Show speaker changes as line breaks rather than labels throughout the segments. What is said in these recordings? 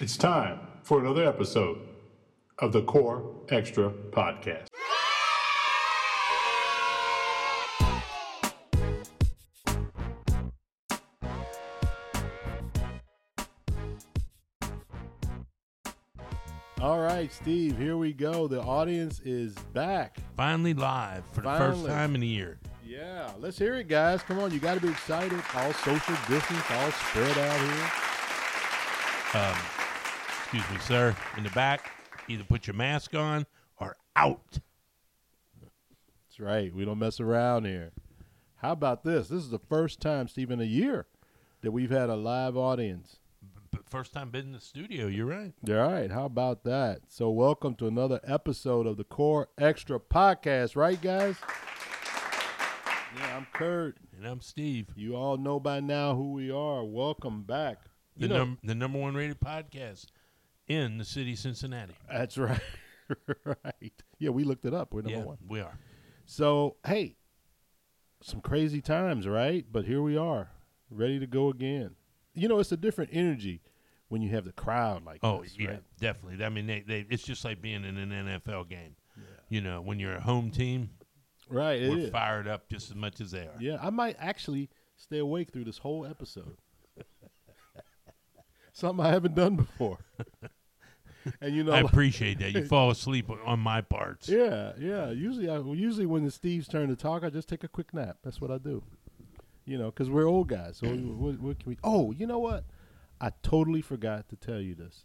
It's time for another episode of the Core Extra Podcast. All right, Steve, here we go. The audience is back.
Finally live for the first
Finally.
time in a year.
Yeah, let's hear it, guys. Come on, you got to be excited. All social distance, all spread out here.
Um, excuse me, sir. In the back, either put your mask on or out.
That's right. We don't mess around here. How about this? This is the first time, Steve, in a year that we've had a live audience.
But first time been in the studio. You're right.
All right. How about that? So, welcome to another episode of the Core Extra Podcast, right, guys? Yeah, I'm Kurt.
And I'm Steve.
You all know by now who we are. Welcome back.
The,
You know-
num- the number one rated podcast in the city of Cincinnati.
That's right. right. Yeah, we looked it up. We're number
yeah,
one.
we are.
So, hey, some crazy times, right? But here we are, ready to go again. You know, it's a different energy when you have the crowd like
Oh
this,
yeah,
right?
definitely. I mean, they, they, it's just like being in an NFL game. You know, when you're a home team,
Right, it
we're
is.
fired up just as much as they are.
Yeah, I might actually stay awake through this whole episode. Something I haven't done before. and you know,
I appreciate that. You fall asleep on my parts.
Yeah, yeah. Usually, I usually when it's Steve's turn to talk, I just take a quick nap. That's what I do. You know, because we're old guys. So what, what can we? Oh, you know what? I totally forgot to tell you this.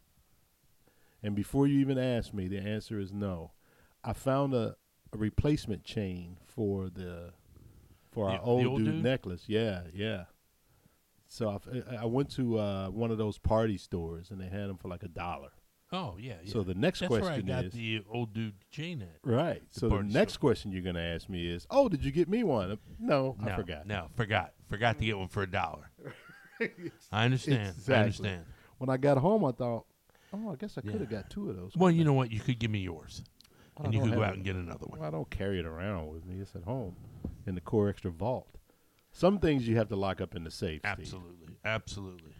And before you even asked me, the answer is no. I found a, a replacement chain for the for our
The- the
old,
old
dude,
dude?
necklace. Yeah, yeah. So I f- I, I went to uh, one of those party stores and they had them for like a dollar.
Oh yeah. yeah.
So the next
That's
question
where I got
is
the old dude chain at.
Right.
the
so the
party
next question you're going to ask me is, "Oh, did you get me one?" Uh, No,
no,
I forgot.
No, forgot. Forgot to get one for a dollar. I understand.
Exactly.
I understand.
When I got home, I thought, "Oh, I guess I could have got two of those."
Well, you know what? You could give me yours,
I
and you
don't
could go
have
out
it.
and get another one.
Well, I don't carry it around with me. It's at home in the Core Extra vault. Some things you have to lock up in the safe. Steve.
Absolutely, absolutely.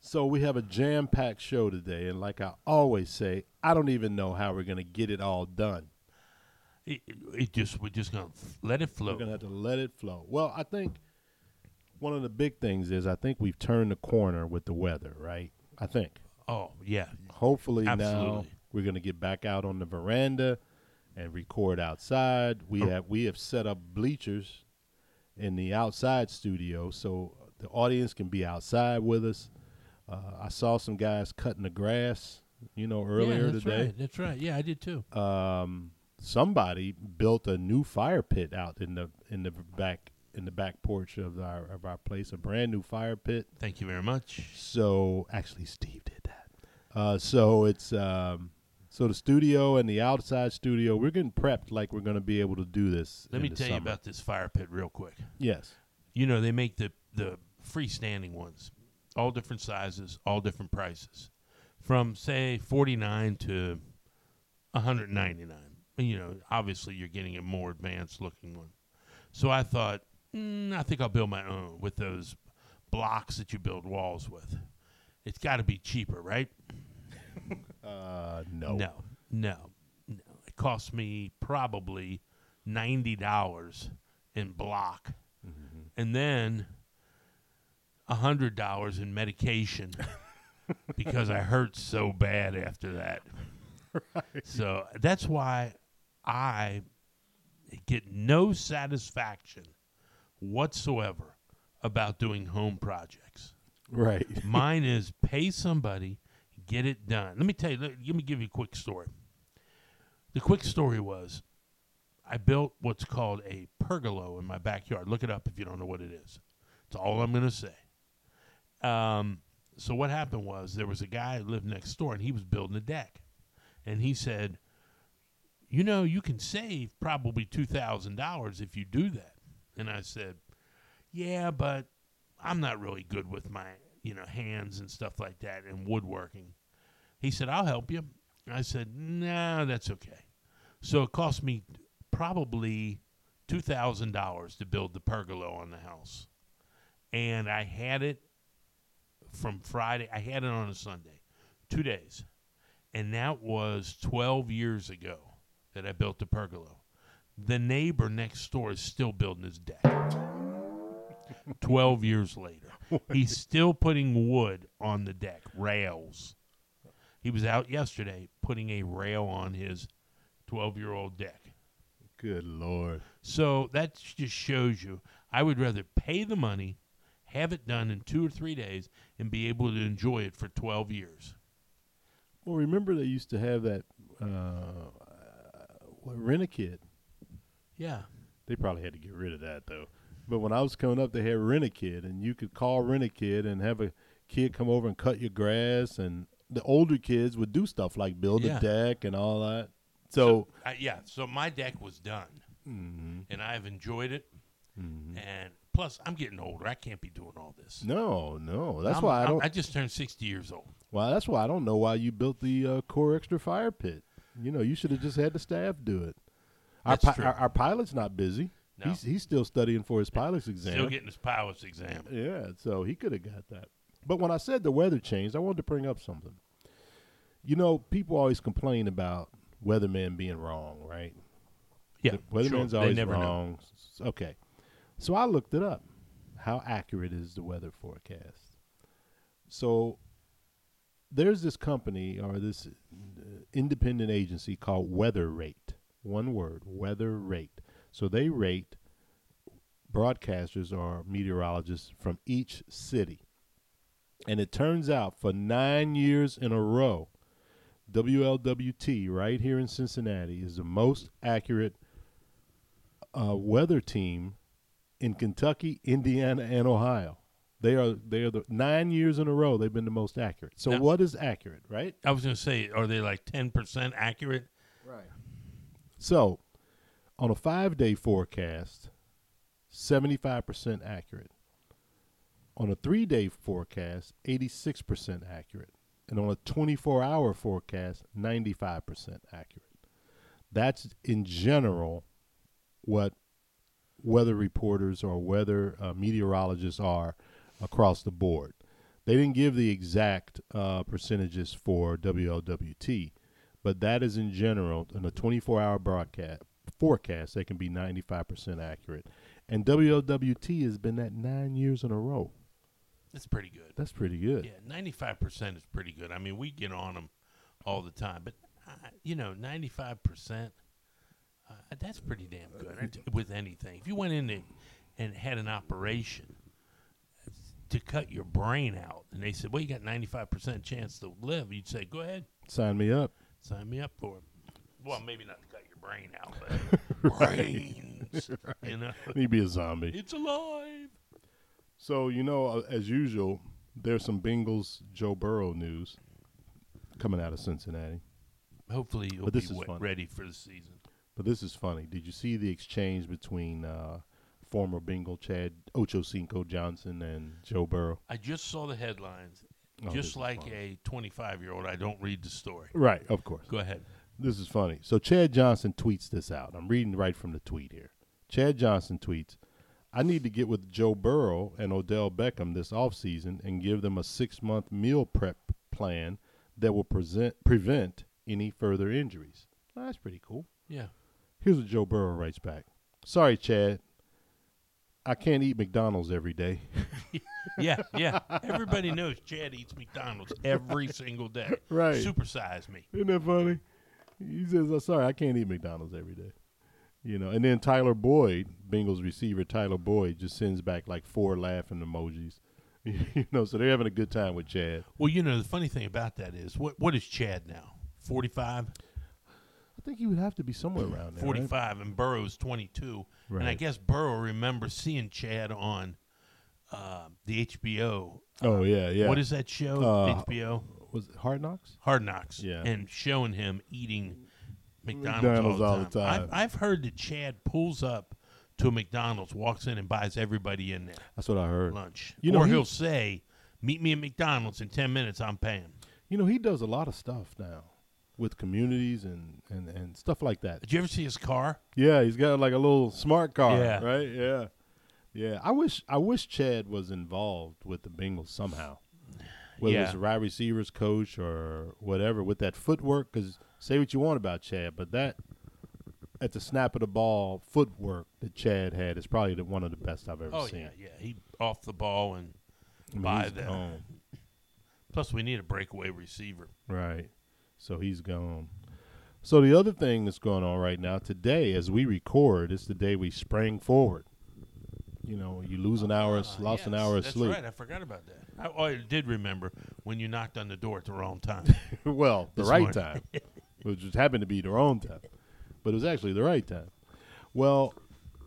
So we have a jam-packed show today, and like I always say, I don't even know how we're going to get it all done.
It, it, it just we're just gonna f- let it flow.
We're going to have to let it flow. Well, I think one of the big things is I think we've turned the corner with the weather, right? I think.
Oh yeah,
hopefully now
Absolutely.
we're going to get back out on the veranda and record outside. We
Oh.
have we have set up bleachers in the outside studio so the audience can be outside with us. Uh, I saw some guys cutting the grass, you know, earlier
yeah, that's
today.
Right, that's right. Yeah, I did too.
Um, somebody built a new fire pit out in the in the back in the back porch of our of our place, a brand new fire pit.
Thank you very much.
So actually, Steve did that. Uh, so it's um, so the studio and the outside studio. We're getting prepped like we're going to be able to do this.
Let
in
me
the
tell you
summer.
about this fire pit real quick.
yes.
You know they make the the freestanding ones, all different sizes, all different prices, from say forty nine to one hundred ninety nine. You know, obviously you're getting a more advanced looking one. So I thought, mm, I think I'll build my own with those blocks that you build walls with. It's got to be cheaper, right?
Uh, no.
No, no, no. It cost me probably ninety dollars in block, and then hundred dollars in medication because I hurt so bad after that. So that's why I get no satisfaction whatsoever about doing home projects.
Right.
Mine is pay somebody, get it done. Let me tell you. Let, let me give you a quick story. The quick story was, I built what's called a pergolo in my backyard. Look it up if you don't know what it is. It's all I'm gonna say. Um, so what happened was there was a guy who lived next door and he was building a deck, and he said, "You know, you can save probably two thousand dollars if you do that." And I said, "Yeah, but I'm not really good with my, you know, hands and stuff like that and woodworking. He said, I'll help you. I said, no, that's okay. So it cost me probably $2,000 to build the pergola on the house. And I had it from Friday. I had it on a Sunday. two days. And that was 12 years ago that I built the pergola. The neighbor next door is still building his deck. 12 years later. He's still putting wood on the deck, rails. He was out yesterday putting a rail on his 12 year old deck.
Good lord.
So that just shows you I would rather pay the money, have it done in two or three days, and be able to enjoy it for 12 years.
Well, remember they used to have that uh, uh, rent a kid.
Yeah.
They probably had to get rid of that though. But when I was coming up, they had rent a kid, and you could call rent a kid and have a kid come over and cut your grass, and the older kids would do stuff like build
Yeah.
a deck and all that. So,
I, yeah, so my deck was done,
Mhm.
and I've enjoyed it.
Mhm.
And plus, I'm getting older. I can't be doing all this.
no, no, that's
I'm-
why I
I'm-
don't.
I just turned 60 years old.
well, that's why I don't know why you built the uh, core extra fire pit. You know, you should have just had the staff do it. Our,
That's
pi-
true.
our, our pilot's not busy.
No.
He's he's still studying for his pilot's exam.
Still getting his pilots exam.
Yeah, so he could have got that. But when I said the weather changed, I wanted to bring up something. You know, people always complain about weathermen being wrong, right?
Yeah,
The weatherman's
sure.
always
they never know.
wrong. S- Okay. So I looked it up. How accurate is the weather forecast? So there's this company or this uh, independent agency called Weather Rate. One word, Weather Rate. So they rate broadcasters or meteorologists from each city. And it turns out for nine years in a row, WLWT right here in Cincinnati is the most accurate uh, weather team in Kentucky, Indiana, and Ohio. They are they are the nine years in a row they've been the most accurate. So
Now-
what is accurate, right?
I was going to say, are they like 10% accurate?
Right. So, on a five day forecast, 75% accurate. On a three day forecast, 86% accurate. And on a 24 hour forecast, 95% accurate. That's in general what weather reporters or weather uh, meteorologists are across the board. They didn't give the exact uh, percentages for WLWT, but that is in general in a 24-hour broadcast forecast that can be 95% accurate. And WLWT has been that nine years in a row.
That's pretty good.
That's pretty good.
Yeah, 95% is pretty good. I mean, we get on them all the time, but, uh, you know, 95%, uh, that's pretty damn good I t- with anything. If you went in and, and had an operation to cut your brain out, and they said, well, you got 95% chance to live, you'd say, go ahead,
Sign me up.
sign me up for it. Well, maybe not to cut your brain out, but brains, you know,
Need be a zombie.
it's alive.
So you know, uh, as usual, there's some Bengals Joe Burrow news coming out of Cincinnati.
Hopefully, you'll
But this
be
is
wa-
fun.
ready for the season.
But this is funny. Did you see the exchange between uh, former Bengal Chad Ochocinco Johnson and Joe Burrow?
I just saw the headlines.
Oh, this is
just like
fun.
a 25 year old, I don't read the story.
Right, of course.
Go ahead.
This is funny. So Chad Johnson tweets this out. I'm reading right from the tweet here. Chad Johnson tweets, I need to get with Joe Burrow and Odell Beckham this offseason and give them a six month meal prep plan that will present, prevent any further injuries. Well, that's pretty cool.
Yeah.
Here's what Joe Burrow writes back. Sorry, Chad. I can't eat McDonald's every day.
Yeah. Yeah. Everybody knows Chad eats McDonald's every single day.
Right.
Supersize me.
Isn't that funny? He says, "I'm sorry, I can't eat McDonald's every day." You know, and then Tyler Boyd, Bengals receiver Tyler Boyd, just sends back like four laughing emojis. you know, so they're having a good time with Chad.
Well, you know, the funny thing about that is what what is Chad now? 45?
I think he would have to be somewhere around there. right?
45, and Burrow's 22. And I
Right.
guess Burrow remembers seeing Chad on uh, the HBO.
Oh yeah, yeah.
What is that show?
Uh,
HBO?
was it Hard Knocks?
Hard Knocks.
Yeah.
And showing him eating McDonald's,
McDonald's
all
all
the
the
time.
time.
I've, I've heard that Chad pulls up to a McDonald's, walks in, and buys everybody in there
That's what I heard.
lunch.
You know,
or
he-
he, will say, Meet me at McDonald's in 10 minutes, I'm paying.
You know, he does a lot of stuff now with communities and and and stuff like that.
Did you ever see his car?
Yeah, he's got like a little smart car,
Yeah.
right? Yeah. Yeah. I wish I wish Chad was involved with the Bengals somehow. whether
Yeah.
it's a wide receivers coach or whatever, with that footwork. Because say what you want about Chad, but that at the snap of the ball footwork that Chad had is probably the, one of the best I've ever
Oh
seen.
yeah, yeah. He off the ball and
I mean,
by
he's
the
gone.
plus we need a breakaway receiver.
Right. So he's gone. So the other thing that's going on right now today, as we record, is the day we sprang forward. You know, you lose an hour,
Ah,
lost an
yes,
hour of
That's
sleep.
right. I forgot about that. I, oh, I did remember when you knocked on the door at the wrong time.
well, the
This
right
morning.
time, which just happened to be the wrong time, but it was actually the right time. Well,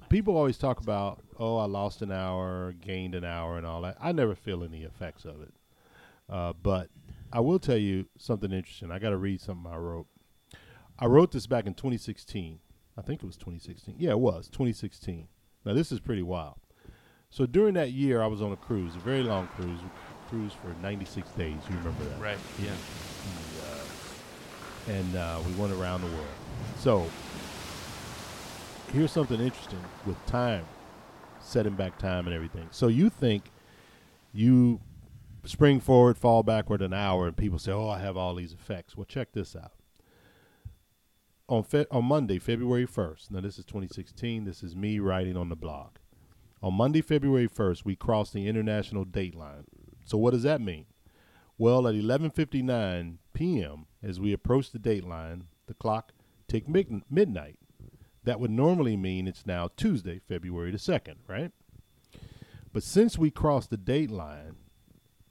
people always talk about, oh, I lost an hour, gained an hour, and all that. I never feel any effects of it. Uh, but I will tell you something interesting. I got to read something I wrote. I wrote this back in 2016. I think it was 2016. Yeah, it was 2016. Now, this is pretty wild. So during that year, I was on a cruise, a very long cruise, cruise for 96 days. You remember that?
right. Yeah.
and uh, we went around the world. So here's something interesting with time, setting back time and everything. So you think you spring forward, fall backward an hour, and people say, "Oh, I have all these effects." Well, check this out. On Fe- on Monday, February first. Now this is 2016. This is me writing on the blog. On Monday, February first, we crossed the international date line. So what does that mean? Well, at 11:59 p.m., as we approach the date line, the clock ticked mid- midnight. That would normally mean it's now Tuesday, February the 2nd, right? But since we crossed the date line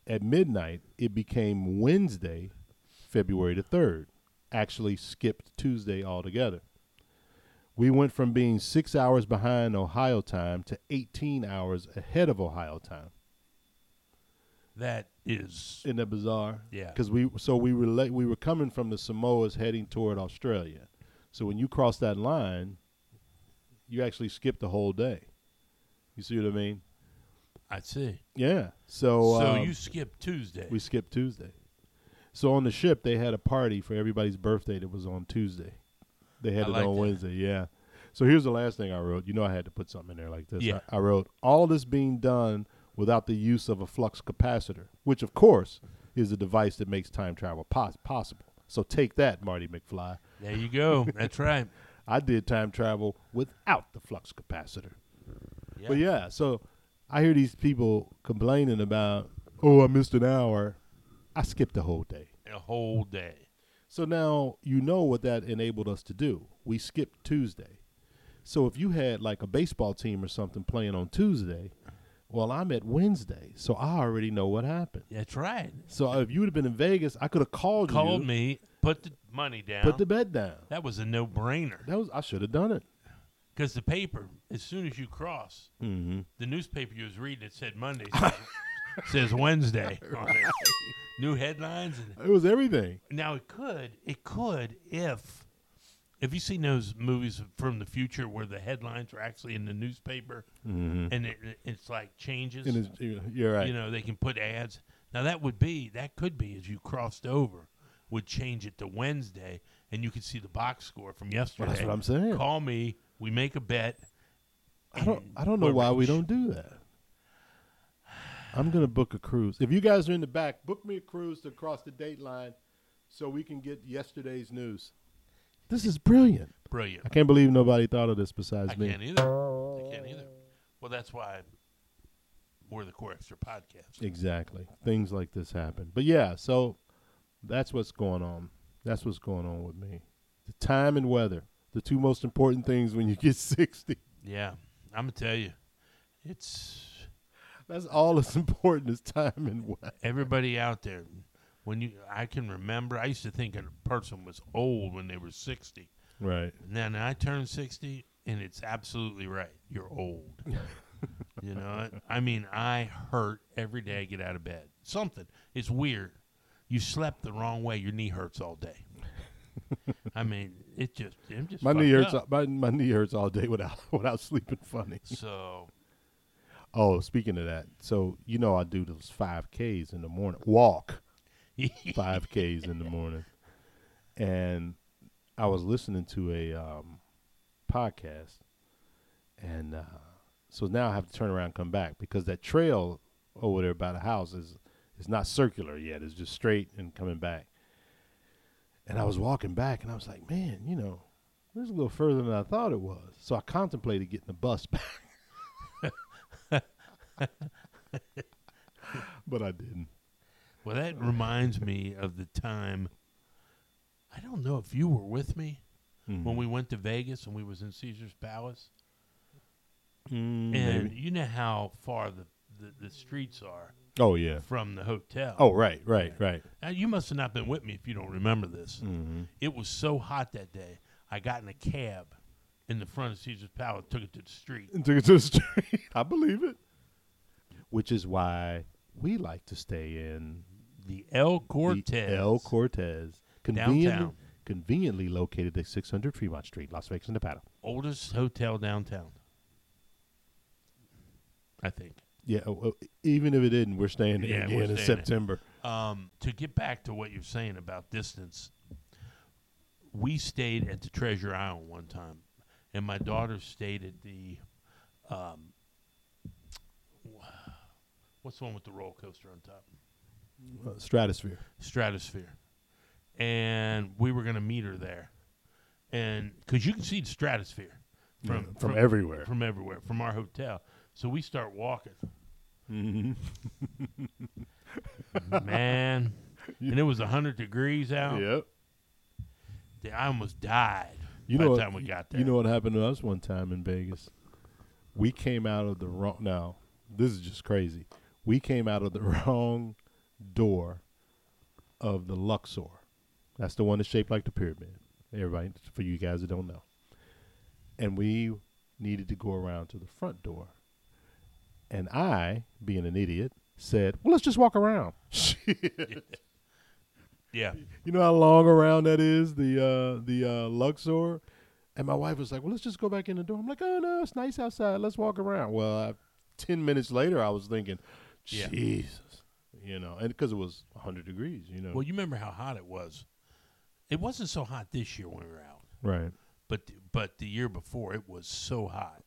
at midnight, it became Wednesday, February the 3rd. Actually skipped Tuesday altogether. We went from being 6 hours behind Ohio time to 18 hours ahead of Ohio time.
That is.
Isn't that bizarre?
Yeah.
Because we so we were le- we were coming from the Samoas heading toward Australia. So when you cross that line, you actually skip the whole day. You see what I mean?
I see.
Yeah. So
so
um,
you skipped Tuesday.
we skipped Tuesday. So on the ship they had a party for everybody's birthday that was on Tuesday. They had
I
it
like
on
that.
Wednesday. Yeah. So here's the last thing I wrote. You know I had to put something in there like this.
Yeah.
I, I wrote all this being done without the use of a flux capacitor, which of course is a device that makes time travel pos- possible. So take that, Marty McFly.
there you go. That's right.
I did time travel without the flux capacitor.
Yeah.
But yeah, so I hear these people complaining about, oh, I missed an hour. I skipped the whole day.
A whole day.
So now you know what that enabled us to do. We skipped Tuesday. So if you had like a baseball team or something playing on Tuesday, well, I'm at Wednesday, so I already know what happened.
That's right.
So if you would have been in Vegas, I could have called,
Called
you,
me. Put the money down.
put the bet down.
that was a no-brainer
That was I should have done it.
because the paper, as soon as you cross,
Mm-hmm.
the newspaper you was reading, it said Monday. says Wednesday. on it. New headlines and
It was everything.
Now it could, it could if if you seen those movies from the future where the headlines are actually in the newspaper
Mm-hmm.
and it, it's like changes,
And it's, you're right.
you know, they can put ads. Now that would be that could be as you crossed over would change it to Wednesday and you could see the box score from yesterday.
Well, that's what I'm saying.
Call me, we make a bet.
I don't.
and
I don't know
we're
why we
rich.
don't do that. I'm gonna book a cruise. If you guys are in the back, book me a cruise to cross the date line, so we can get yesterday's news. This is brilliant.
Brilliant.
I can't believe nobody thought of this besides
I
me.
can't either. I can't either. Well, that's why we're the Core Extra podcast.
Exactly. Things like this happen. But yeah, so that's what's going on. That's what's going on with me. The time and weather, the two most important things when you get 60.
Yeah, I'm gonna tell you, it's
That's all that's important is time and weather.
everybody out there. When you, I can remember, I used to think a person was old when they were 60.
Right.
And then I turned 60, and it's absolutely right. You're old. you know, I I mean, I hurt every day I get out of bed. Something. It's weird. You slept the wrong way. Your knee hurts all day. I mean, it just, I'm just
My knee
fucked
hurts.
up.
My, my knee hurts all day without without sleeping funny.
So,
Oh, speaking of that, so you know I do those five Ks in the morning. Walk five Ks in the morning, and I was listening to a um, podcast, and uh, so now I have to turn around and come back because that trail over there by the house is It's not circular yet. It's just straight and coming back. And I was walking back, and I was like, man, you know, this is a little further than I thought it was. So I contemplated getting the bus back. but I didn't.
Well, that reminds me of the time. I don't know if you were with me
Mm-hmm.
when we went to Vegas and we was in Caesar's Palace.
Mm,
and
maybe.
you know how far the, the, the streets are
Oh yeah.
from the hotel.
Oh right, right, right.
Now, you must have not been with me if you don't remember this.
Mm-hmm.
It was so hot that day. I got in a cab in the front of Caesar's Palace, took it to the street.
And took it to the street. I believe it. Which is why we like to stay in
The El
the
Cortez.
El Cortez, conveniently,
Downtown.
conveniently located at 600 Fremont Street, Las Vegas, Nevada.
oldest hotel downtown. I think.
Yeah, oh, oh, even if it isn't, we're staying
Yeah,
there
we're
again in
staying there.
September.
Um, to get back to what you're saying about distance, we stayed at the Treasure Island one time, and my daughter stayed at the, um, what's the one with the roller coaster on top?
Uh, stratosphere.
Stratosphere, and we were gonna meet her there, and because you can see the Stratosphere
From,
from
from, everywhere.
from everywhere from our hotel, so we start walking.
mm-hmm.
man. And it was 100 degrees out.
Yep.
Th- I almost died
You
by
know
the
what-
time we got there.
You know what happened to us one time in Vegas? We came out of the wrong. Now, this is just crazy. We came out of the wrong door of the Luxor. That's the one that's shaped like the pyramid. Everybody, for you guys that don't know. And we needed to go around to the front door. And I, being an idiot, said, Well, let's just walk around.
yeah.
You know how long around that is, the uh, the uh, Luxor. And my wife was like, "Well, let's just go back in the door." I'm like, "Oh no, it's nice outside. Let's walk around." Well, I, ten minutes later, I was thinking,
Yeah.
"Jesus," you know, and because it was 100 degrees, you know,
Well, you remember how hot it was. It wasn't so hot this year when we were out,
right?
but th- but the year before it was so hot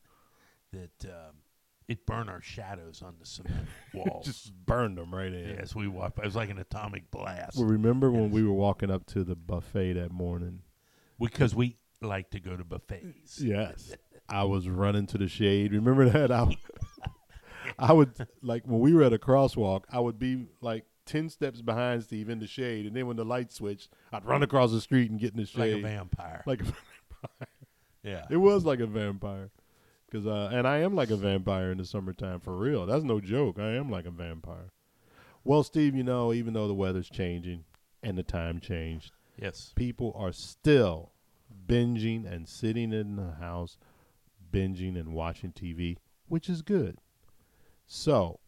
that um, it burned our shadows on the cement walls.
Just burned them right in.
Yes, we walked. by. It was like an atomic blast
Well, remember when we were walking up to the buffet that morning?
because we like to go to buffets.
Yes, I was running to the shade. Remember that? I, I would like when we were at a crosswalk. I would be like ten steps behind Steve in the shade, and then when the light switched, I'd run across the street and get in the
Like a
shade.
vampire.
Like a-
yeah.
it was like a vampire, because uh, and I am like a vampire in the summertime for real. That's no joke. I am like a vampire. Well, Steve, you know, even though the weather's changing and the time changed,
yes.
people are still binging and sitting in the house, binging and watching TV, which is good. So,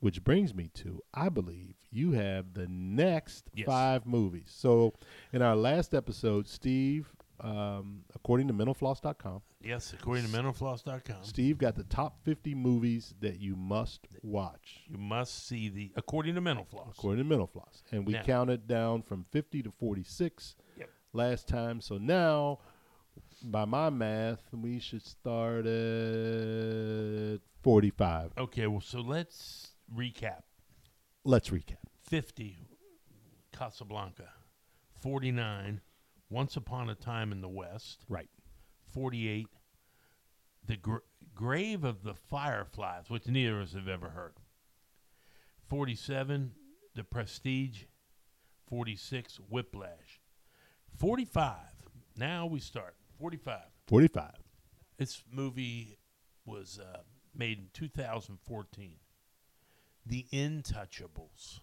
which brings me to I believe you have the next
Yes.
five movies. So, in our last episode, Steve, um, according to mentalfloss.com,
Yes. According to mentalfloss.com.
Steve got the top 50 movies that you must watch.
You must see the according to Mental Floss.
according to Mental Floss. And we
Now-
counted down from 50 to 46
Yep.
last time. So now, by my math, we should start at 45.
Okay, well, so let's recap.
Let's recap.
Fifty, Casablanca. Forty-nine, Once Upon a Time in the West.
Right.
Forty-eight, The Gr- Grave of the Fireflies, which neither of us have ever heard. Forty-seven, The Prestige. Forty-six, Whiplash. Forty-five. Now we start. Forty-five.
45.
This movie was uh, made in 2014. The Intouchables.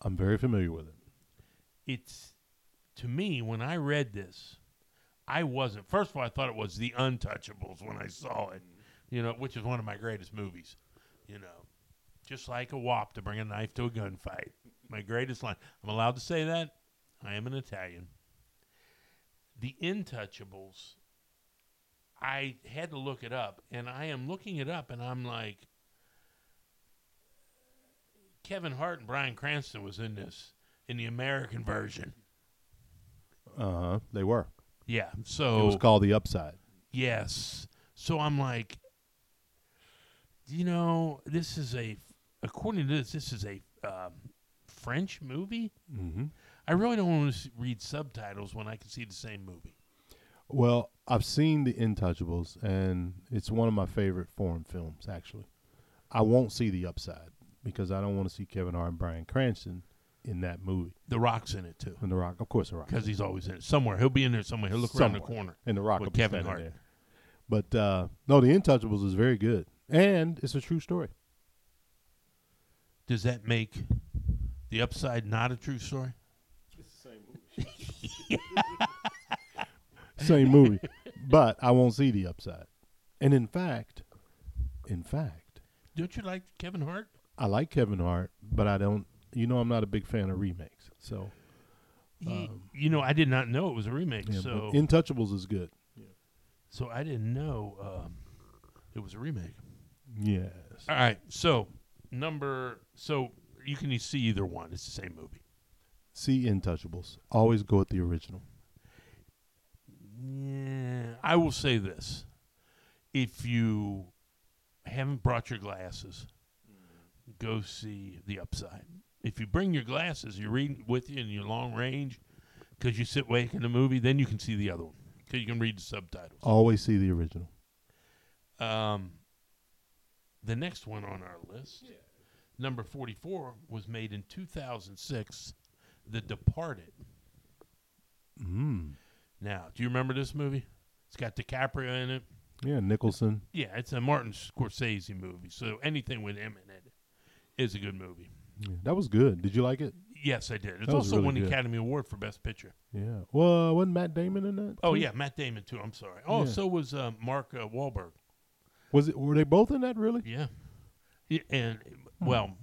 I'm very familiar with it.
It's to me when I read this, I wasn't. First of all, I thought it was The Untouchables when I saw it. You know, which is one of my greatest movies. You know, just like a wop to bring a knife to a gunfight. My greatest line. I'm allowed to say that. I am an Italian. The Intouchables. I had to look it up, and I am looking it up, and I'm like, Kevin Hart and Brian Cranston was in this in the American version.
Uh huh. They were.
Yeah.
It
So
was called The Upside.
yes. So I'm like, you know, this is a according to this, this is a uh, French movie.
Mm-hmm.
I really don't want to read subtitles when I can see the same movie.
Well, I've seen The Intouchables, and it's one of my favorite foreign films, actually. I won't see The Upside because I don't want to see Kevin Hart and Brian Cranston in that movie.
The Rock's in it too,
And The Rock, of course, The Rock.
because he's always in it somewhere. He'll be in there somewhere. He'll look around the
Somewhere.
corner.
And The Rock
with
will be
Kevin
standing
Hart.
there. But uh, no, The Intouchables is very good, and it's a true story.
Does that make the upside not a true story?
Same movie, but I won't see The Upside. And in fact, in fact,
Don't you like Kevin Hart?
I like Kevin Hart, but I don't. You know, I'm not a big fan of remakes. So,
He-
Um,
you know, I did not know it was a remake.
yeah, but
so,
Intouchables is good.
so I didn't know um, it was a remake.
Yes.
All right. So number. So you can see either one. It's the same movie.
See Intouchables. Always go with the original.
Yeah, I will say this: if you haven't brought your glasses, go see the upside. If you bring your glasses, you're reading with you in your long range, because you sit wake in the movie, then you can see the other one because you can read the subtitles.
Always see the original.
Um, the next one on our list, number forty-four, was made in two thousand six, The Departed.
Mm.
Now, do you remember this movie? It's got DiCaprio in it.
Yeah, Nicholson.
Yeah, it's a Martin Scorsese movie, so anything with him in it is a good movie.
Yeah, that was good. Did you like it?
Yes, I did. It's
That was
also
really
won the
good.
Academy Award for Best Picture.
Yeah. Well, wasn't Matt Damon in that?
Oh
too?
yeah, Matt Damon too. I'm sorry. Oh,
Yeah.
so was uh, Mark uh, Wahlberg.
Was it? Were they both in that? Really?
Yeah, He- and
Hmm.
well,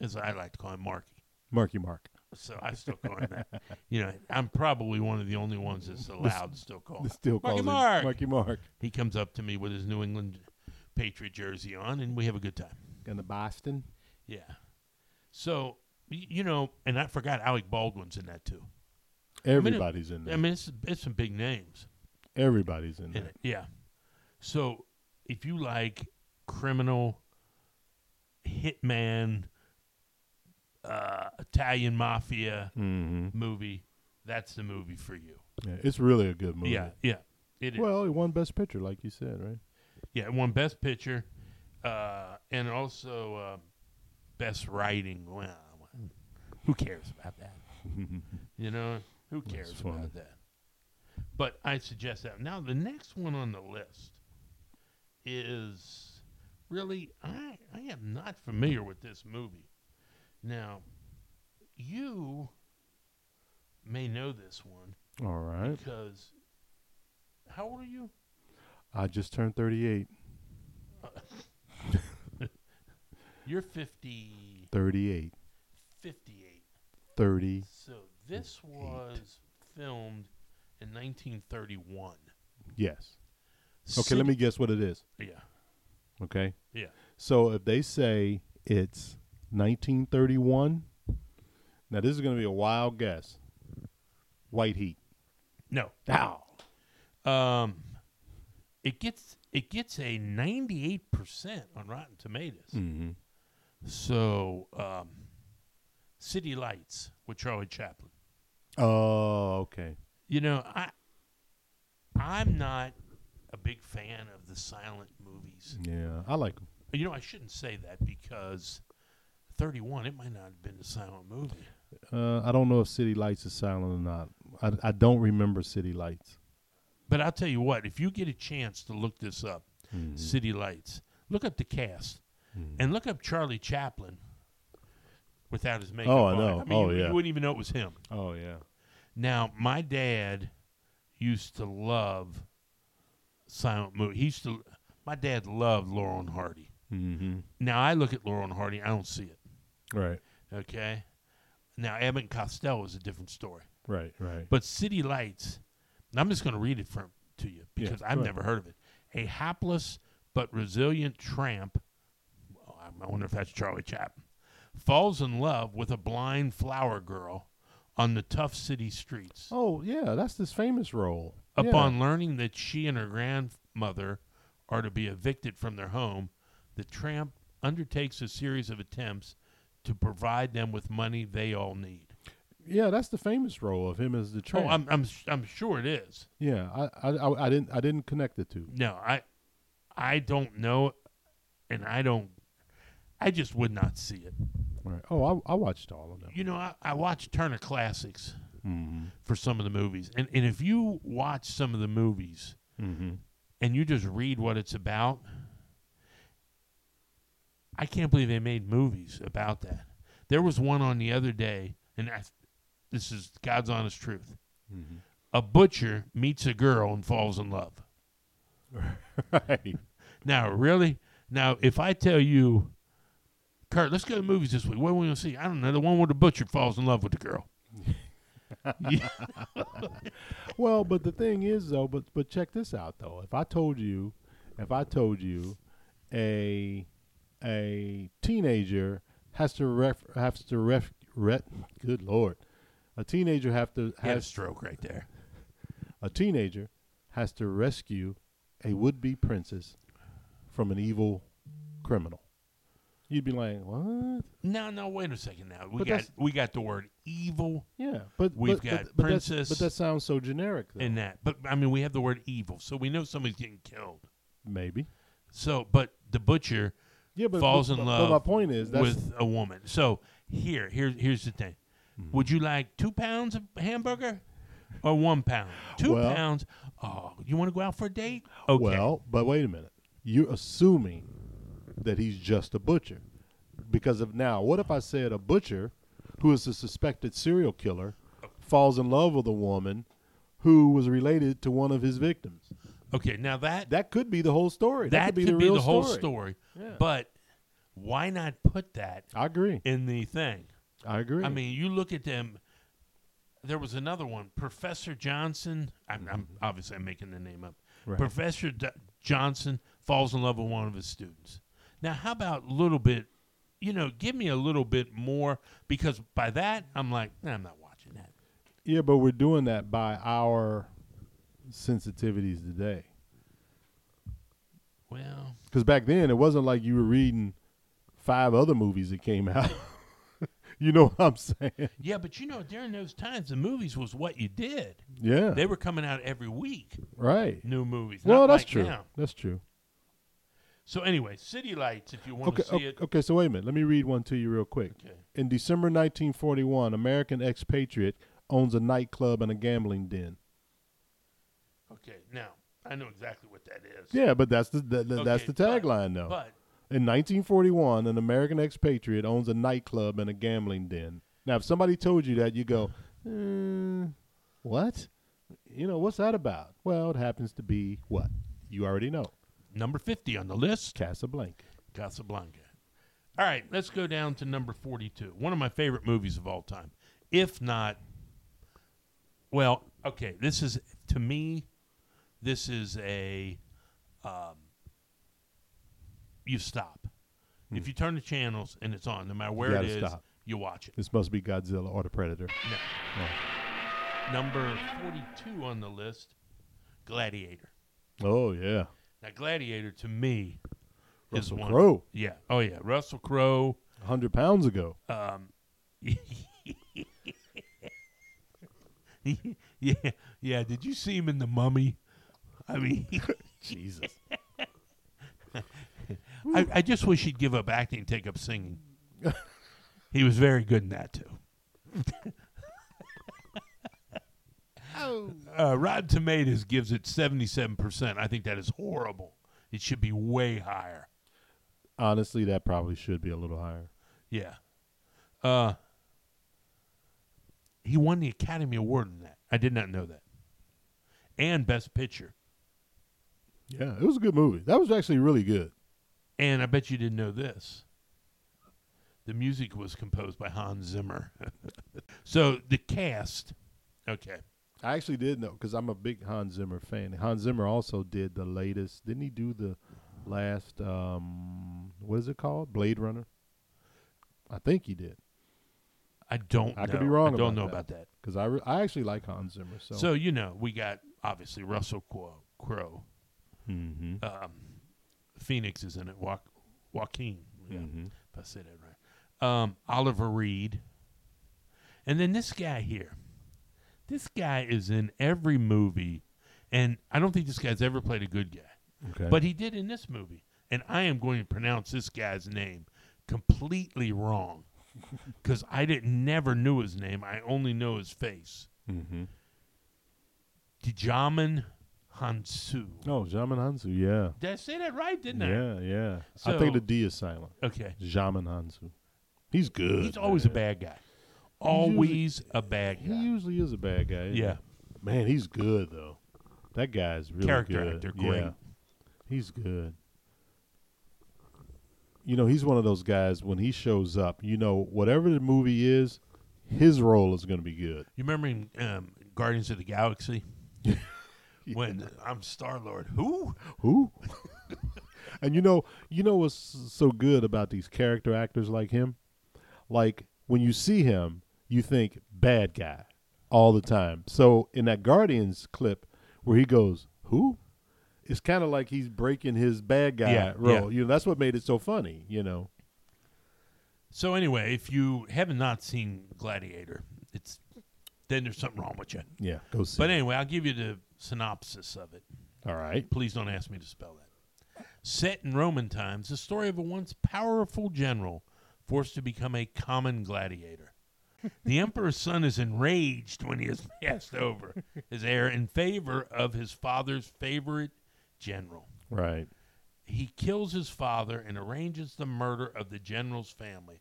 as I like to call him, Marky.
Marky Mark.
So I still call him that. You know, I'm probably one of the only ones that's allowed to still call.
They
Him.
still
Oh, Marky
calls him
Mark.
Marky Mark.
He comes up to me with his New England Patriot jersey on, and we have a good time.
And the Boston.
Yeah. So y- you know, and I forgot Alec Baldwin's in that too.
Everybody's in
I
there.
mean, it's it's some big names
Everybody's in
in
there.
it. Yeah. So if you like criminal, hitman, uh, Italian mafia
Mm-hmm.
movie, that's the movie for you.
Yeah, it's really a good movie.
Yeah, yeah. It is.
Well, it won Best Picture, like you said, right?
yeah, it won Best Picture, uh, and also uh, Best Writing. Well, who cares about that? You know, who
That's
cares
funny.
about that? But I suggest that. Now, the next one on the list is really, I, I am not familiar with this movie. Now, you may know this one
All right.
because how old are you?
I just turned 38.
You're 50,
38.
58.
30.
So this was filmed in 1931.
Yes. Okay, let me guess what it is.
Yeah.
Okay.
Yeah.
So if they say it's 1931, now this is going to be a wild guess. White Heat.
No.
Ow.
Um, it gets it gets a ninety eight percent on Rotten Tomatoes.
Mm-hmm.
So, um, City Lights with Charlie Chaplin.
Oh, okay.
You know, I I'm not a big fan of the silent movies.
Yeah, I like 'em.
You know, I shouldn't say that because thirty one it might not have been a silent movie.
Uh, I don't know if City Lights is silent or not. I, I don't remember City Lights.
But I'll tell you what, if you get a chance to look this up,
Mhm.
City Lights, look up the cast.
Mhm.
And look up Charlie Chaplin without his makeup.
Oh, I
on.
know.
I mean,
Oh,
you,
yeah.
you wouldn't even know it was him.
Oh yeah.
Now, my dad used to love silent movie. He used to. My dad loved Laurel and Hardy.
Mm-hmm.
Now I look at Laurel and Hardy, I don't see it.
Right.
Okay. Now Abbott and Costello is a different story,
Right. Right.
but City Lights. and I'm just going to read it from to you
Yeah,
because
go
I've
ahead.
never heard of it. A hapless but resilient tramp well, I- I wonder if that's Charlie Chaplin, falls in love with a blind flower girl on the tough city streets.
Oh yeah, that's this famous role. Yeah.
Upon learning that she and her grandmother are to be evicted from their home, the tramp undertakes a series of attempts to provide them with money they all need.
Yeah, that's the famous role of him as the tramp.
Oh, I'm I'm I'm sure it is.
yeah, I, I, I, I didn't, I didn't connect the two.
No, I I don't know, and I don't. I just would not see it.
Right. Oh, I, I watched all of them.
You know, I, I watch Turner Classics
Mm-hmm.
for some of the movies, and and if you watch some of the movies
Mm-hmm.
and you just read what it's about, I can't believe they made movies about that. There was one on the other day, and I, this is God's honest truth.
Mm-hmm.
A butcher meets a girl and falls in love.
right.
Now, really? Now, if I tell you, Kurt, let's go to the movies this week. What are we going to see? I don't know. The one where the butcher falls in love with the girl. Yeah.
Well, but the thing is, though, but but check this out, though. If I told you, if I told you, a a teenager has to ref has to ref, ref good lord, a teenager have to
Had a
has
stroke right there.
a teenager has to rescue a would be princess from an evil criminal. You'd be like, what?
No, no, wait a second now. We
But
got
that's-
we got the word evil
Yeah, but
We've
but,
got
but, but that's-
princess-
But that sounds so generic. Though.
in that. But I mean we have the word evil. So we know somebody's getting killed.
maybe.
So but the butcher
Yeah, but
Falls
but,
in
but-
love
But my point is, that's
with a woman. So here, here here's the thing. Would you like two pounds of hamburger? Or one pound? Two
Well-
pounds. Oh, you want to go out for a date? Okay.
Well, but wait a minute. You're assuming that he's just a butcher. Because of now, what if I said a butcher who is a suspected serial killer falls in love with a woman who was related to one of his victims?
okay, now that
That could be the whole story.
that
could be the real
whole
story.
story.
Yeah.
But why not put that
I agree.
in the thing?
I agree.
I mean, you look at them. There was another one, Professor Johnson. I'm, I'm obviously I'm making the name up.
Mm-hmm. Right.
Professor D- Johnson falls in love with one of his students. Now, how about a little bit? You know, give me a little bit more because by that I'm like, nah, I'm not watching that.
yeah, but we're doing that by our sensitivities today.
Well,
Because back then, it wasn't like you were reading five other movies that came out. you know what I'm saying?
yeah, but you know, during those times, the movies was what you did.
Yeah.
They were coming out every week,
right.
new movies.
Well,
not
that's
like
true.
now.
That's true.
So anyway, City Lights, if you want
Okay,
to see
okay,
it.
okay, so wait a minute. Let me read one to you real quick.
Okay.
In December 1941, American expatriate owns a nightclub and a gambling den.
Okay. Now I know exactly what that is.
Yeah, but that's the that, that- that's the
Okay,
tagline though.
But
In 1941, an American expatriate owns a nightclub and a gambling den. Now, if somebody told you that, you go, "Uh, "What? You know what's that about?" Well, it happens to be what you already know,
number fifty on the list,
Casablanca.
Casablanca. All right, let's go down to number forty-two. One of my favorite movies of all time, if not. Well, okay. This is to me. This is a. Um, you stop. If you turn the channels and it's on, no matter where it
Hmm. gotta
is,
stop.
you watch it.
This must be Godzilla or the Predator.
No.
No.
Number 42 on the list, Gladiator.
Oh yeah,
Now, Gladiator to me is
Russell
one.
Crowe,
Yeah. Oh, yeah. Russell Crowe.
hundred pounds ago.
Um, yeah. Yeah. Did you see him in The Mummy? I mean,
Jesus.
I, I just wish he'd give up acting and take up singing. he was very good in that, too.
Oh.
Uh, Rotten Tomatoes gives it 77%. I think that is horrible. It should be way higher.
Honestly, that probably should be a little higher.
Yeah. Uh he won the Academy Award in that. I did not know that. And Best Picture.
Yeah, it was a good movie. That was actually really good.
And I bet you didn't know this. The music was composed by Hans Zimmer. so the cast, okay.
I actually did know because I'm a big Hans Zimmer fan. Hans Zimmer also did the latest. Didn't he do the last? Um, what is it called? Blade Runner. I think he did
I don't
I
know.
could be wrong
I don't
about
know
that.
about that.
because I, re- I actually like Hans Zimmer. So,
So. you know, we got obviously Russell Crowe. Crowe.
mm-hmm. Mm-hmm.
Um, Phoenix is in it. Wa- Joaquin. Yeah, if I say that right. um, Oliver Reed, and then this guy here. This guy is in every movie, and I don't think this guy's ever played a good guy,
Okay.
uh, but he did in this movie. And I am going to pronounce this guy's name completely wrong because I didn't never knew his name. I only know his face.
mm-hmm.
Dijamin Hansu.
oh, Jamin Hansu, yeah,
Did I say that right? Didn't I?
yeah, yeah. I think the
So-
D is silent.
Okay.
Jamin Hansu, he's good.
He's always a
man.
bad guy. Always a bad
He
guy.
usually is a bad guy. isn't he?
Yeah.
man, he's good though. That guy's really
Character
good.
actor,
Yeah,
great.
he's good. You know, he's one of those guys when he shows up. You know, whatever the movie is, his role is going to be good.
You remember in um, Guardians of the Galaxy? When I'm Star Lord, who?
Who? and you know, you know what's so good about these character actors like him? Like when you see him, you think bad guy all the time. So in that Guardians clip where he goes, "Who?" It's kind of like he's breaking his bad guy
Yeah,
role.
yeah.
You know, that's what made it so funny, you know.
So anyway, if you haven't not seen Gladiator, it's then there's something wrong with you.
Yeah. Go see.
But
it.
anyway, I'll give you the synopsis of it.
all right.
Please don't ask me to spell that. Set in Roman times, the story of a once powerful general forced to become a common gladiator. The emperor's son is enraged when he has passed over his heir in favor of his father's favorite general.
Right.
He kills his father and arranges the murder of the general's family.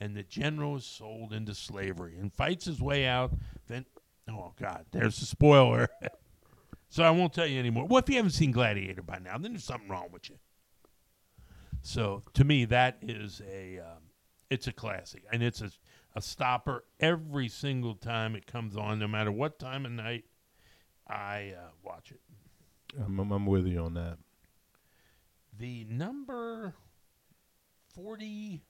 And the general is sold into slavery and fights his way out. Then, oh God, there's the spoiler. so I won't tell you anymore. Well, if you haven't seen Gladiator by now, then there's something wrong with you. So to me, that is a um, it's a classic, and it's a a stopper every single time it comes on, no matter what time of night I uh, watch it.
I'm, I'm, I'm with you on that.
the number 41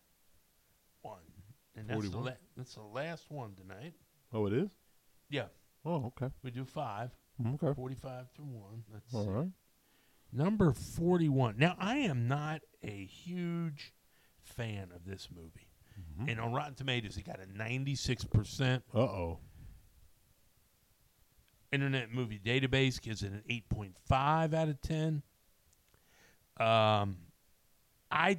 and that's the,
41?
la- that's the last one tonight
Oh, it is.
yeah
Oh, okay.
we do five
Mm, Okay.
45 to 1 that's
All right.
number 41 now i am not a huge fan of this movie
Mm-hmm.
and on rotten tomatoes it got a 96%
Uh oh.
internet movie database gives it an 8.5 out of 10 um, i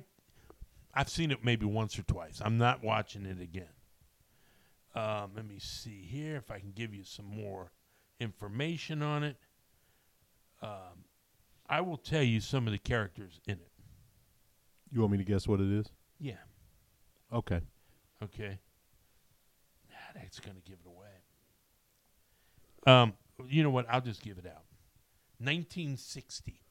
i've seen it maybe once or twice i'm not watching it again um, let me see here if i can give you some more information on it um, i will tell you some of the characters in it
You want me to guess what it is?
yeah
Okay.
Okay. Ah, that's going to give it away. Um, you know what? I'll just give it out. 1960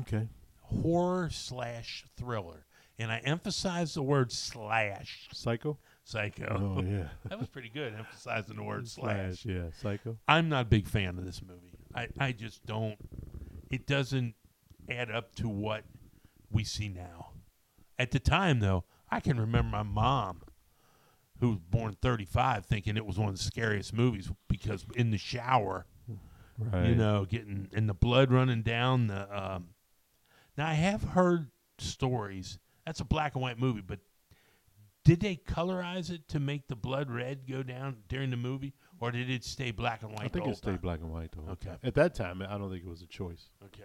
Okay.
horror slash thriller, and I emphasize the word slash.
Psycho.
Psycho.
Oh yeah.
that was pretty good. Emphasizing the word slash.
Slash. Yeah. Psycho.
I'm not a big fan of this movie. I, I just don't. It doesn't add up to what we see now. At the time, though, I can remember my mom, who was born 35, thinking it was one of the scariest movies because in the shower,
Right.
you know, getting and the blood running down the. Um, now I have heard stories. That's a black and white movie, but did they colorize it to make the blood red go down during the movie, or did it stay black and white?
I think
the
it stayed
whole time?
black and white though.
Okay.
At that time, I don't think it was a choice.
Okay,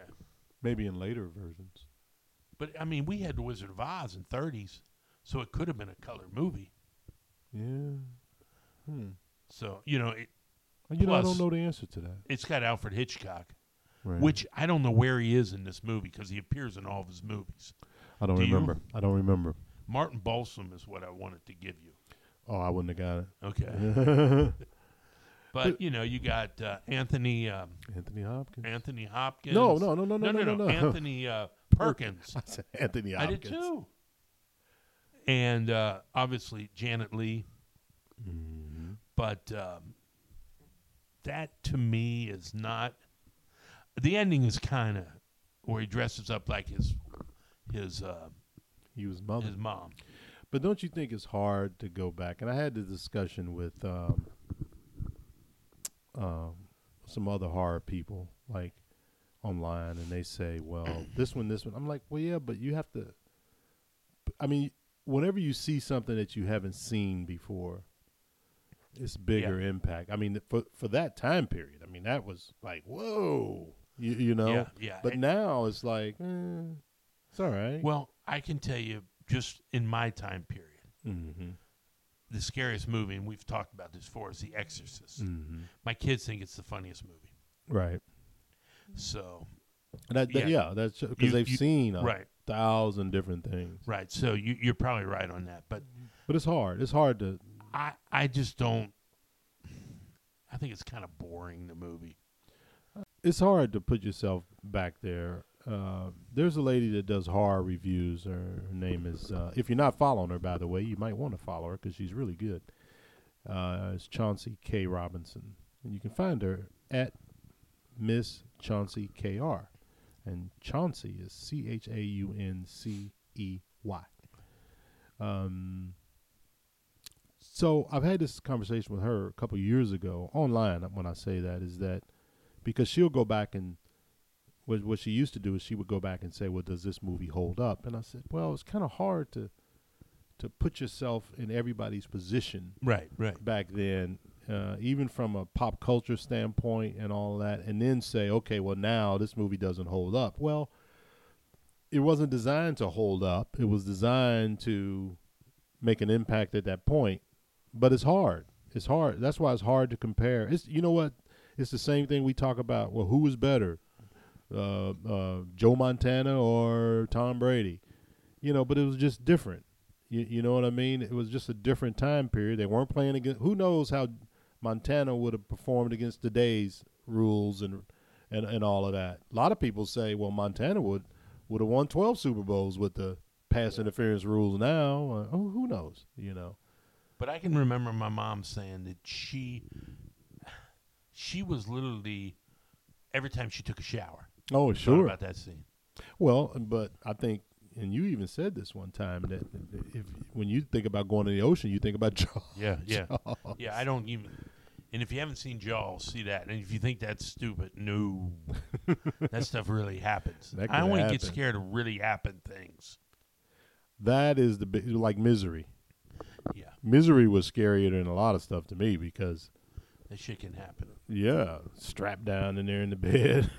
Maybe in later versions.
but I mean, we had the Wizard of Oz in '30s, so it could have been a color movie.
Yeah. Hmm.
So you know, it,
And You know, I
Plus-
don't know the answer to that.
it's got Alfred Hitchcock,
Right.
which I don't know where he is in this movie because he appears in all of his movies.
I don't
do you-
remember. I don't remember.
Martin Balsam is what I wanted to give you.
Oh, I wouldn't have got
Okay.
it.
But you know, you got uh, Anthony um,
Anthony Hopkins.
Anthony Hopkins.
No, no, no, no, no,
no, no,
no.
Anthony uh, Perkins.
I said Anthony
I
Hopkins.
did too. And uh, obviously Janet Lee,
Mhm.
but um, that to me is not. The ending is kind of where he dresses up like his his uh,
He was mother.
his mom.
But don't you think it's hard to go back? And I had the discussion with um, um, some other horror people, like online, and they say, "Well, this one, this one." I'm like, "Well, yeah, but you have to I mean, whenever you see something that you haven't seen before, it's bigger impact. I mean, for for that time period, I mean, that was like, whoa, you, you know.
yeah, yeah.
But
And-
now it's like, eh, it's all right.
well, I can tell you just in my time period,
mm-hmm.
the scariest movie, and we've talked about this before, is The Exorcist.
Mm-hmm.
My kids think it's the funniest movie.
right.
So
And that, that- yeah. that's
You-
because they've
you-
seen a
right,
thousand different things.
right. So you, you're probably right on that, but
But it's hard. It's hard to.
I I just don't. I think it's kind of boring the movie.
It's hard to put yourself back there. Uh, there's a lady that does horror reviews. Her, her name is. Uh, if you're not following her, by the way, you might want to follow her because she's really good. Uh, it's Chauncey K. Robinson, and you can find her at Miss Chauncey K. R. And Chauncey is C H A U N C E Y. Um, so I've had this conversation with her a couple years ago online. When I say that is that because she'll go back and what what she used to do is she would go back and say, "Well, does this movie hold up?" And I said, "Well, it's kind of hard to to put yourself in everybody's position
Right, right.
back then, uh, even from a pop culture standpoint and all that, and then say, okay, well, now this movie doesn't hold up. Well, it wasn't designed to hold up, it was designed to make an impact at that point, but it's hard. It's hard. That's why it's hard to compare. It's you know what? It's the same thing we talk about. Well, who is better, uh, uh, Joe Montana or Tom Brady? You know, but it was just different. You, you know what I mean? It was just a different time period. They weren't playing against. Who knows how Montana would have performed against today's rules and and and all of that. A lot of people say, well, Montana would would have won twelve Super Bowls with the pass interference rules now. Uh, oh, who knows? You know?
But I can remember my mom saying that she she was literally every time she took a shower.
Oh,
thought about that scene.
Well, but I think, and you even said this one time that if when you think about going to the ocean, you think about Jaws.
Yeah, yeah, yeah. I don't even. And if you haven't seen Jaws, see that. And if you think that's stupid, no, that stuff really happens.
That
I
could
only get
happen.
scared of really happen things.
That is the big like misery.
Yeah,
Misery was scarier than a lot of stuff to me because
that shit can happen.
yeah, strapped down in there in the bed,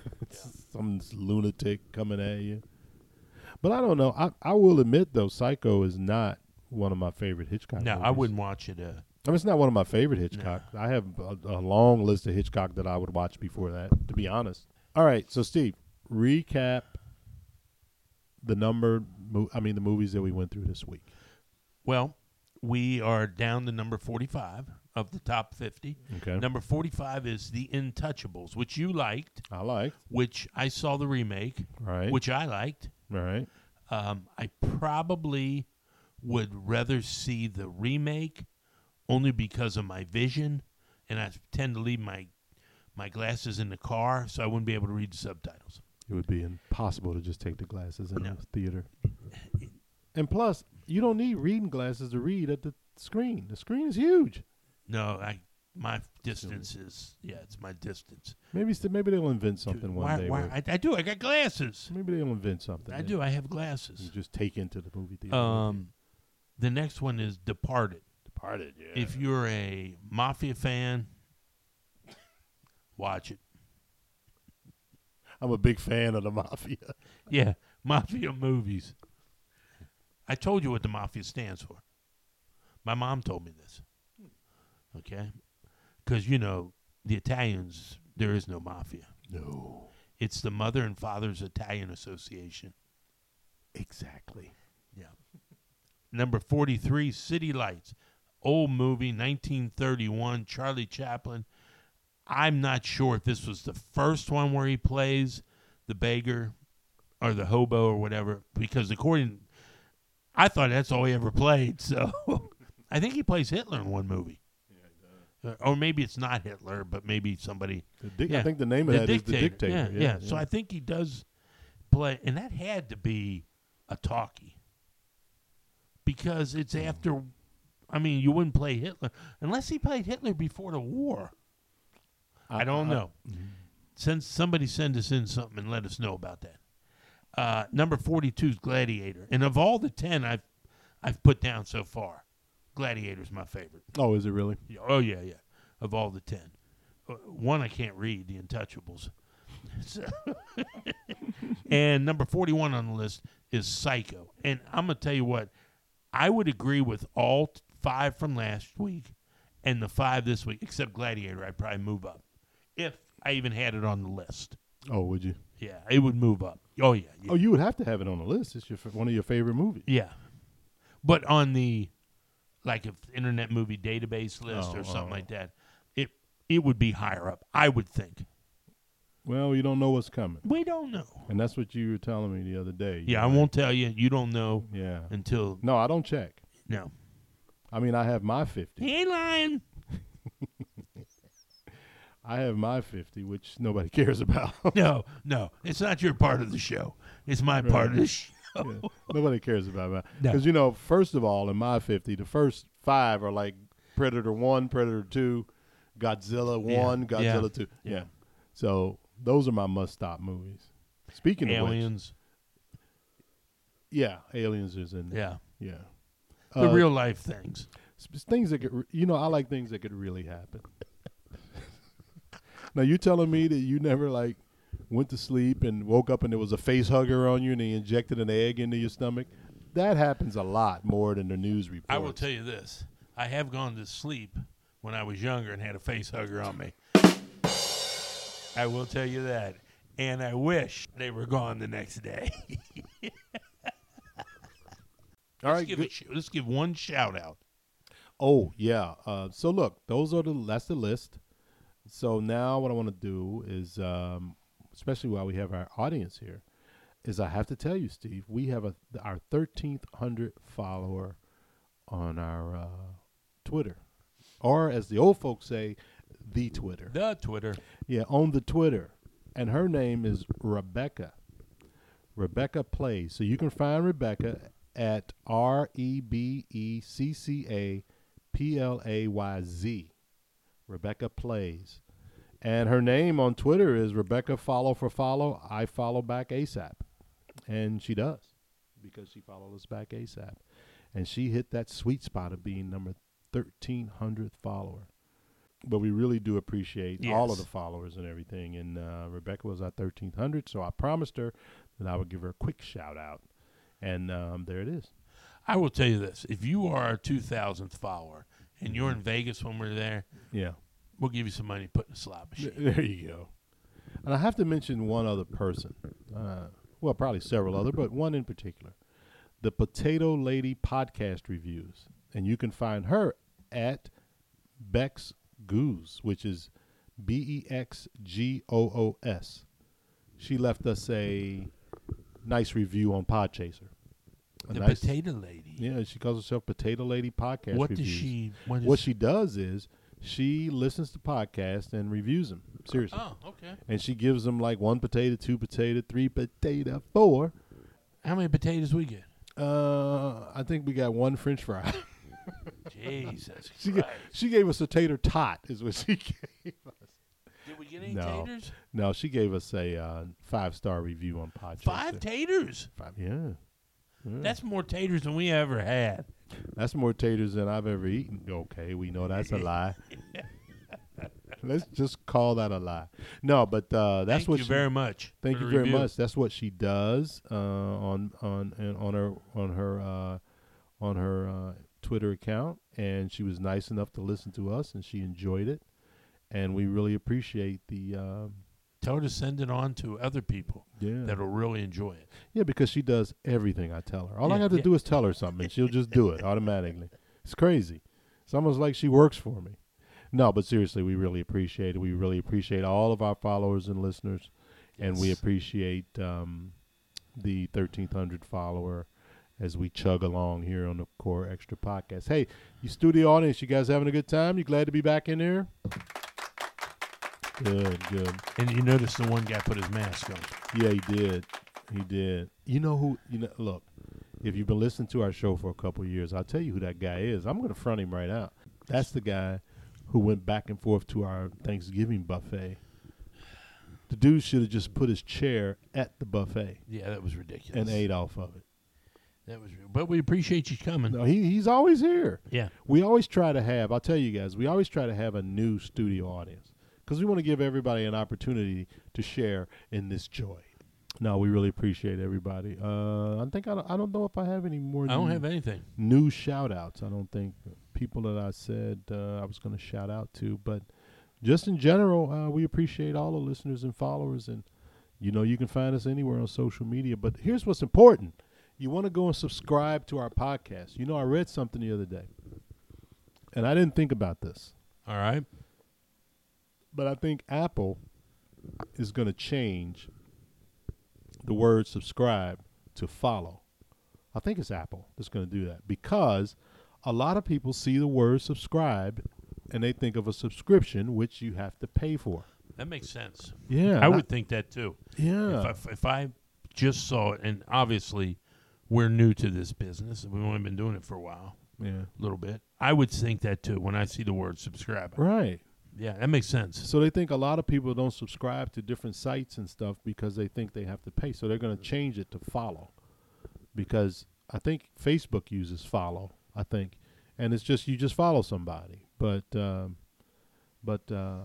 some lunatic coming at you. But I don't know. I I will admit though, Psycho is not one of my favorite Hitchcock.
No, I
movies.
wouldn't watch it. Uh,
I mean, it's not one of my favorite Hitchcock. I have a, a long list of Hitchcock that I would watch before that, to be honest. All right, so Steve, recap the number. Mo- I mean, the movies that we went through this week.
Well, we are down to number 45 of the top 50.
Okay,
Number 45 is The Intouchables, which you liked,
I like.
which I saw the remake,
Right.
which I liked.
All right.
Um, I probably would rather see the remake only because of my vision, and I tend to leave my my glasses in the car, so I wouldn't be able to read the subtitles.
It would be impossible to just take the glasses in
No.
the theater. And plus, you don't need reading glasses to read at the screen. The screen is huge.
No, I my distance is yeah, it's my distance.
Maybe st- maybe they'll invent something one
why,
day.
Why,
where-
I, I do. I got glasses.
maybe they'll invent something.
I
that
do. I have
You
glasses.
just take into the movie theater.
Um, the next one is Departed.
Departed. Yeah.
If you're a Mafia fan, watch it.
I'm a big fan of the mafia.
Yeah, Mafia movies. I told you what the Mafia stands for. My mom told me this. Okay? Because, you know, the Italians, there is no Mafia.
No.
It's the Mother and Father's Italian Association.
Exactly.
Number 43, City Lights. Old movie, 1931, Charlie Chaplin. I'm not sure if this was the first one where he plays the beggar or the hobo or whatever, because according, I thought that's all he ever played. So I think he plays Hitler in one movie. Uh, Or maybe it's not Hitler, but maybe somebody
The dic-
Yeah.
I think the name of
the
that is
dictator.
the dictator.
Yeah, yeah, So I think he does play, and that had to be a talkie because
Hmm.
it's after. I mean, you wouldn't play Hitler unless he played Hitler before the war. I, don't know. Send somebody send us in something and let us know about that. Uh, number forty two is Gladiator, and of all the ten, I I've put down so far. Gladiator's my favorite.
Oh, is it really?
Yeah, Oh yeah, yeah. Of all the ten, Uh, one I can't read, The Untouchables. So- and number forty-one on the list is Psycho. And I'm gonna tell you what, I would agree with all t- five from last week and the five this week, except Gladiator. I'd probably move up if I even had it on the list.
Oh, would you?
Yeah, it would move up. Oh yeah, yeah.
Oh, you would have to have it on the list. It's your f- one of your favorite movies.
Yeah. But on the like if internet movie database list
Oh,
or something
oh.
like that, it it would be higher up, I would think.
Well, you don't know what's coming,
We don't know.
and that's what you were telling me the other day. You
Yeah, I
were-
won't tell you. You don't know
Yeah.
until
No, I don't check.
no.
I mean, I have my fifty.
He ain't lying.
I have my fifty, which nobody cares about.
No, no. It's not your part of the show. It's my part of the show.
Yeah, Nobody cares about that.
No.
Because, you know, first of all, in my 50, the first five are like Predator 1, Predator 2, Godzilla 1,
Yeah,
Godzilla
yeah,
2. Yeah.
yeah.
So those are my must stop movies. Speaking of which,
Aliens.
yeah, Aliens is in there.
Yeah.
Yeah.
the
Uh,
real life things.
s- things that could, re- you know, I like things that could really happen. now, you telling me that you never like went to sleep and woke up and there was a face hugger on you and they injected an egg into your stomach? That happens a lot more than the news reports.
I will tell you this. I have gone to sleep when I was younger and had a face hugger on me. I will tell you that. And I wish they were gone the next day.
All
let's,
right.
give
good-
a sh- let's give one shout out.
Oh yeah. Uh, so look, those are the that's the list. So now what I want to do is, um, especially while we have our audience here, is I have to tell you, Steve, we have a our thirteenth hundred follower on our uh, Twitter, or as the old folks say, the Twitter.
The Twitter.
Yeah, on the Twitter. And her name is Rebecca. Rebecca Plays. So you can find Rebecca at R E B E C C A P L A Y Z. Rebecca Plays. And her name on Twitter is Rebecca Follow for Follow. I follow back ASAP. And she does because she followed us back ASAP. And she hit that sweet spot of being number 1300th follower. But we really do appreciate all of
Yes.
the followers and everything. And uh, Rebecca was our 1300, so I promised her that I would give her a quick shout out. And um, there it is.
I will tell you this. If you are our 2,000th follower and you're in Vegas when we're there,
Yeah.
we'll give you some money to put in a slot
Th-
machine.
There you go. And I have to mention one other person. Uh, well, probably several other, but one in particular. The Potato Lady Podcast Reviews. And you can find her at Bex Goose, which is B E X G O O S. She left us a nice review on Podchaser. A
The
nice-
potato lady.
Yeah, she calls herself Potato Lady Podcast
what does
Reviews.
she. What, is,
What she does is she listens to podcasts and reviews them. Seriously
Oh, okay.
and she gives them like one potato, two potato, three potato, four.
How many potatoes we get?
Uh, I think we got one French fry.
Jesus
she ga-
Christ.
she gave us a tater tot, is what she gave.
Did we get any
No.
taters?
No, she gave us a uh, five star review on podcast.
Five taters.
five, yeah. Yeah.
That's more taters than we ever had.
That's more taters than I've ever eaten. Okay, we know that's a lie. Let's just call that a lie. No, but uh, that's
Thank
what
you
she,
very much.
Thank
for
you
the
very
review.
much. That's what she does uh, on on and on her on her uh, on her uh, Twitter account, and she was nice enough to listen to us, and she enjoyed it, and we really appreciate the um,
Tell her to send it on to other people
yeah
that'll really enjoy it.
yeah because she does everything I tell her. All I
Yeah,
have to
yeah.
do is tell her something, and she'll just do it automatically. It's crazy. It's almost like she works for me. No, but seriously, we really appreciate it. We really appreciate all of our followers and listeners. and we
Yes.
appreciate um, the 1300 follower as we chug along here on the core extra podcast hey you studio audience you guys having a good time you glad to be back in here good good
and you notice the one guy put his mask on.
yeah he did he did you know who you know look if you've been listening to our show for a couple of years i'll tell you who that guy is i'm gonna front him right out that's the guy who went back and forth to our thanksgiving buffet the dude should have just put his chair at the buffet
Yeah, that was ridiculous.
and ate off of it.
That was real. But we appreciate you coming.
No, he, he's always here.
Yeah.
We always try to have, I'll tell you guys, we always try to have a new studio audience because we want to give everybody an opportunity to share in this joy. No, we really appreciate everybody. Uh, I think I don't, I don't know if I have any more
I don't
new,
have anything.
new shout outs. I don't think people that I said uh, I was going to shout out to, but just in general, uh, we appreciate all the listeners and followers. And, you know, you can find us anywhere on social media. But here's what's important you want to go and subscribe to our podcast. You know, I read something the other day, and I didn't think about this,
All right.
but I think Apple is going to change the word subscribe to follow. I think it's Apple that's going to do that because a lot of people see the word subscribe and they think of a subscription which you have to pay for.
That makes sense.
Yeah,
I would think that too.
Yeah,
If, I, if I just saw it, and obviously we're new to this business, and we've only been doing it for a while,
yeah,
a little bit, I would think that too when I see the word subscribe.
right.
Yeah, that makes sense.
So they think a lot of people don't subscribe to different sites and stuff because they think they have to pay. So they're going to change it to follow because I think Facebook uses follow. I think, and it's just you just follow somebody. But um, but uh,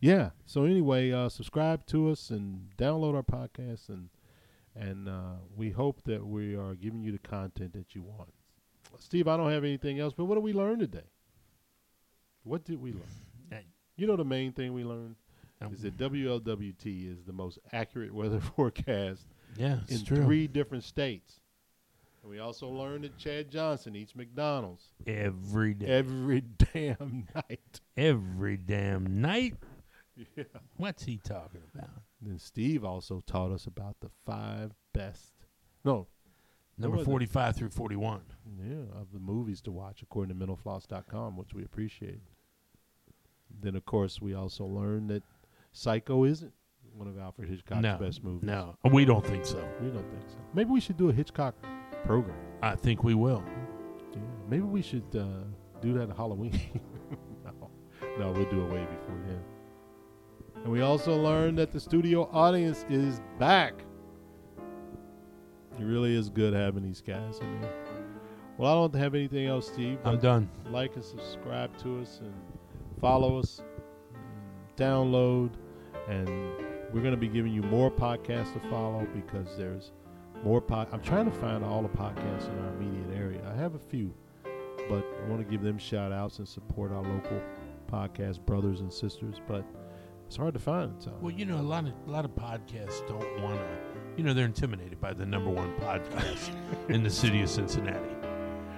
yeah. So anyway, uh, subscribe to us and download our podcast and and uh, we hope that we are giving you the content that you want. Steve, I don't have anything else. But what did we learn today? What did we learn? You know the main thing we learned
Um,
is that WLWT is the most accurate weather forecast
Yeah, it's
in
true.
three different states. And we also learned that Chad Johnson eats McDonald's
every day,
every damn night.
every damn night.
Yeah.
What's he talking about?
Then Steve also taught us about the five best, no,
Number
was it?
forty-five through forty-one.
yeah, of the movies to watch according to mentalfloss.com, which we appreciate. Then of course we also learned that Psycho isn't one of Alfred Hitchcock's
no,
best movies.
no, Oh, we don't think so.
We don't think so. Maybe we should do a Hitchcock program.
I think we will.
Yeah. Maybe we should uh, do that at Halloween. no. no, we'll do it way before then. And we also learned that the studio audience is back. It really is good having these guys in there. Well, I don't have anything else, Steve.
I'm
But
done.
like and subscribe to us and follow us, and download, and we're going to be giving you more podcasts to follow because there's more pod. I'm trying to find all the podcasts in our immediate area. I have a few, but I want to give them shout outs and support our local podcast brothers and sisters. But it's hard to find. So
Well, you know, a lot of a lot of podcasts don't want to. You know, they're intimidated by the number one podcast in the city of Cincinnati,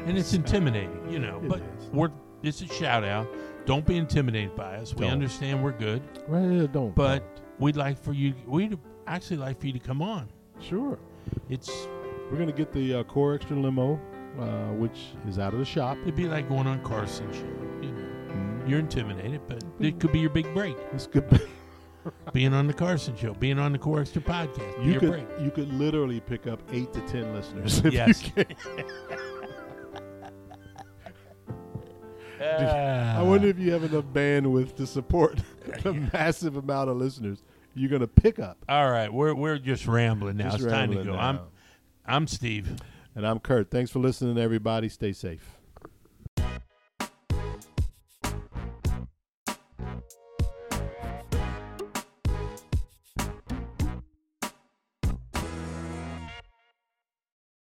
and it's intimidating. You know,
It
but
is.
we're it's a shout out. Don't be intimidated by us. We
Don't.
understand we're good.
right, yeah, don't.
But-
don't.
We'd like for you. We'd actually like for you to come on.
sure,
It's
we're going to get the uh, Core Extra limo, uh, which is out of the shop.
it'd be like going on Carson show. You know,
Mm-hmm.
you're intimidated, but it could be your big break.
It's good.
Being on the Carson show, being on the Core Extra podcast,
You
your
could
break.
you could literally pick up eight to ten listeners. if
Yes.
you can.
Ah.
I wonder if you have enough bandwidth to support the massive amount of listeners you're going to pick up.
Uh, All right, we're we're just rambling now.
Just
it's time to
rambling
go.
now.
I'm I'm Steve.
and I'm Kurt. Thanks for listening, everybody. Stay safe.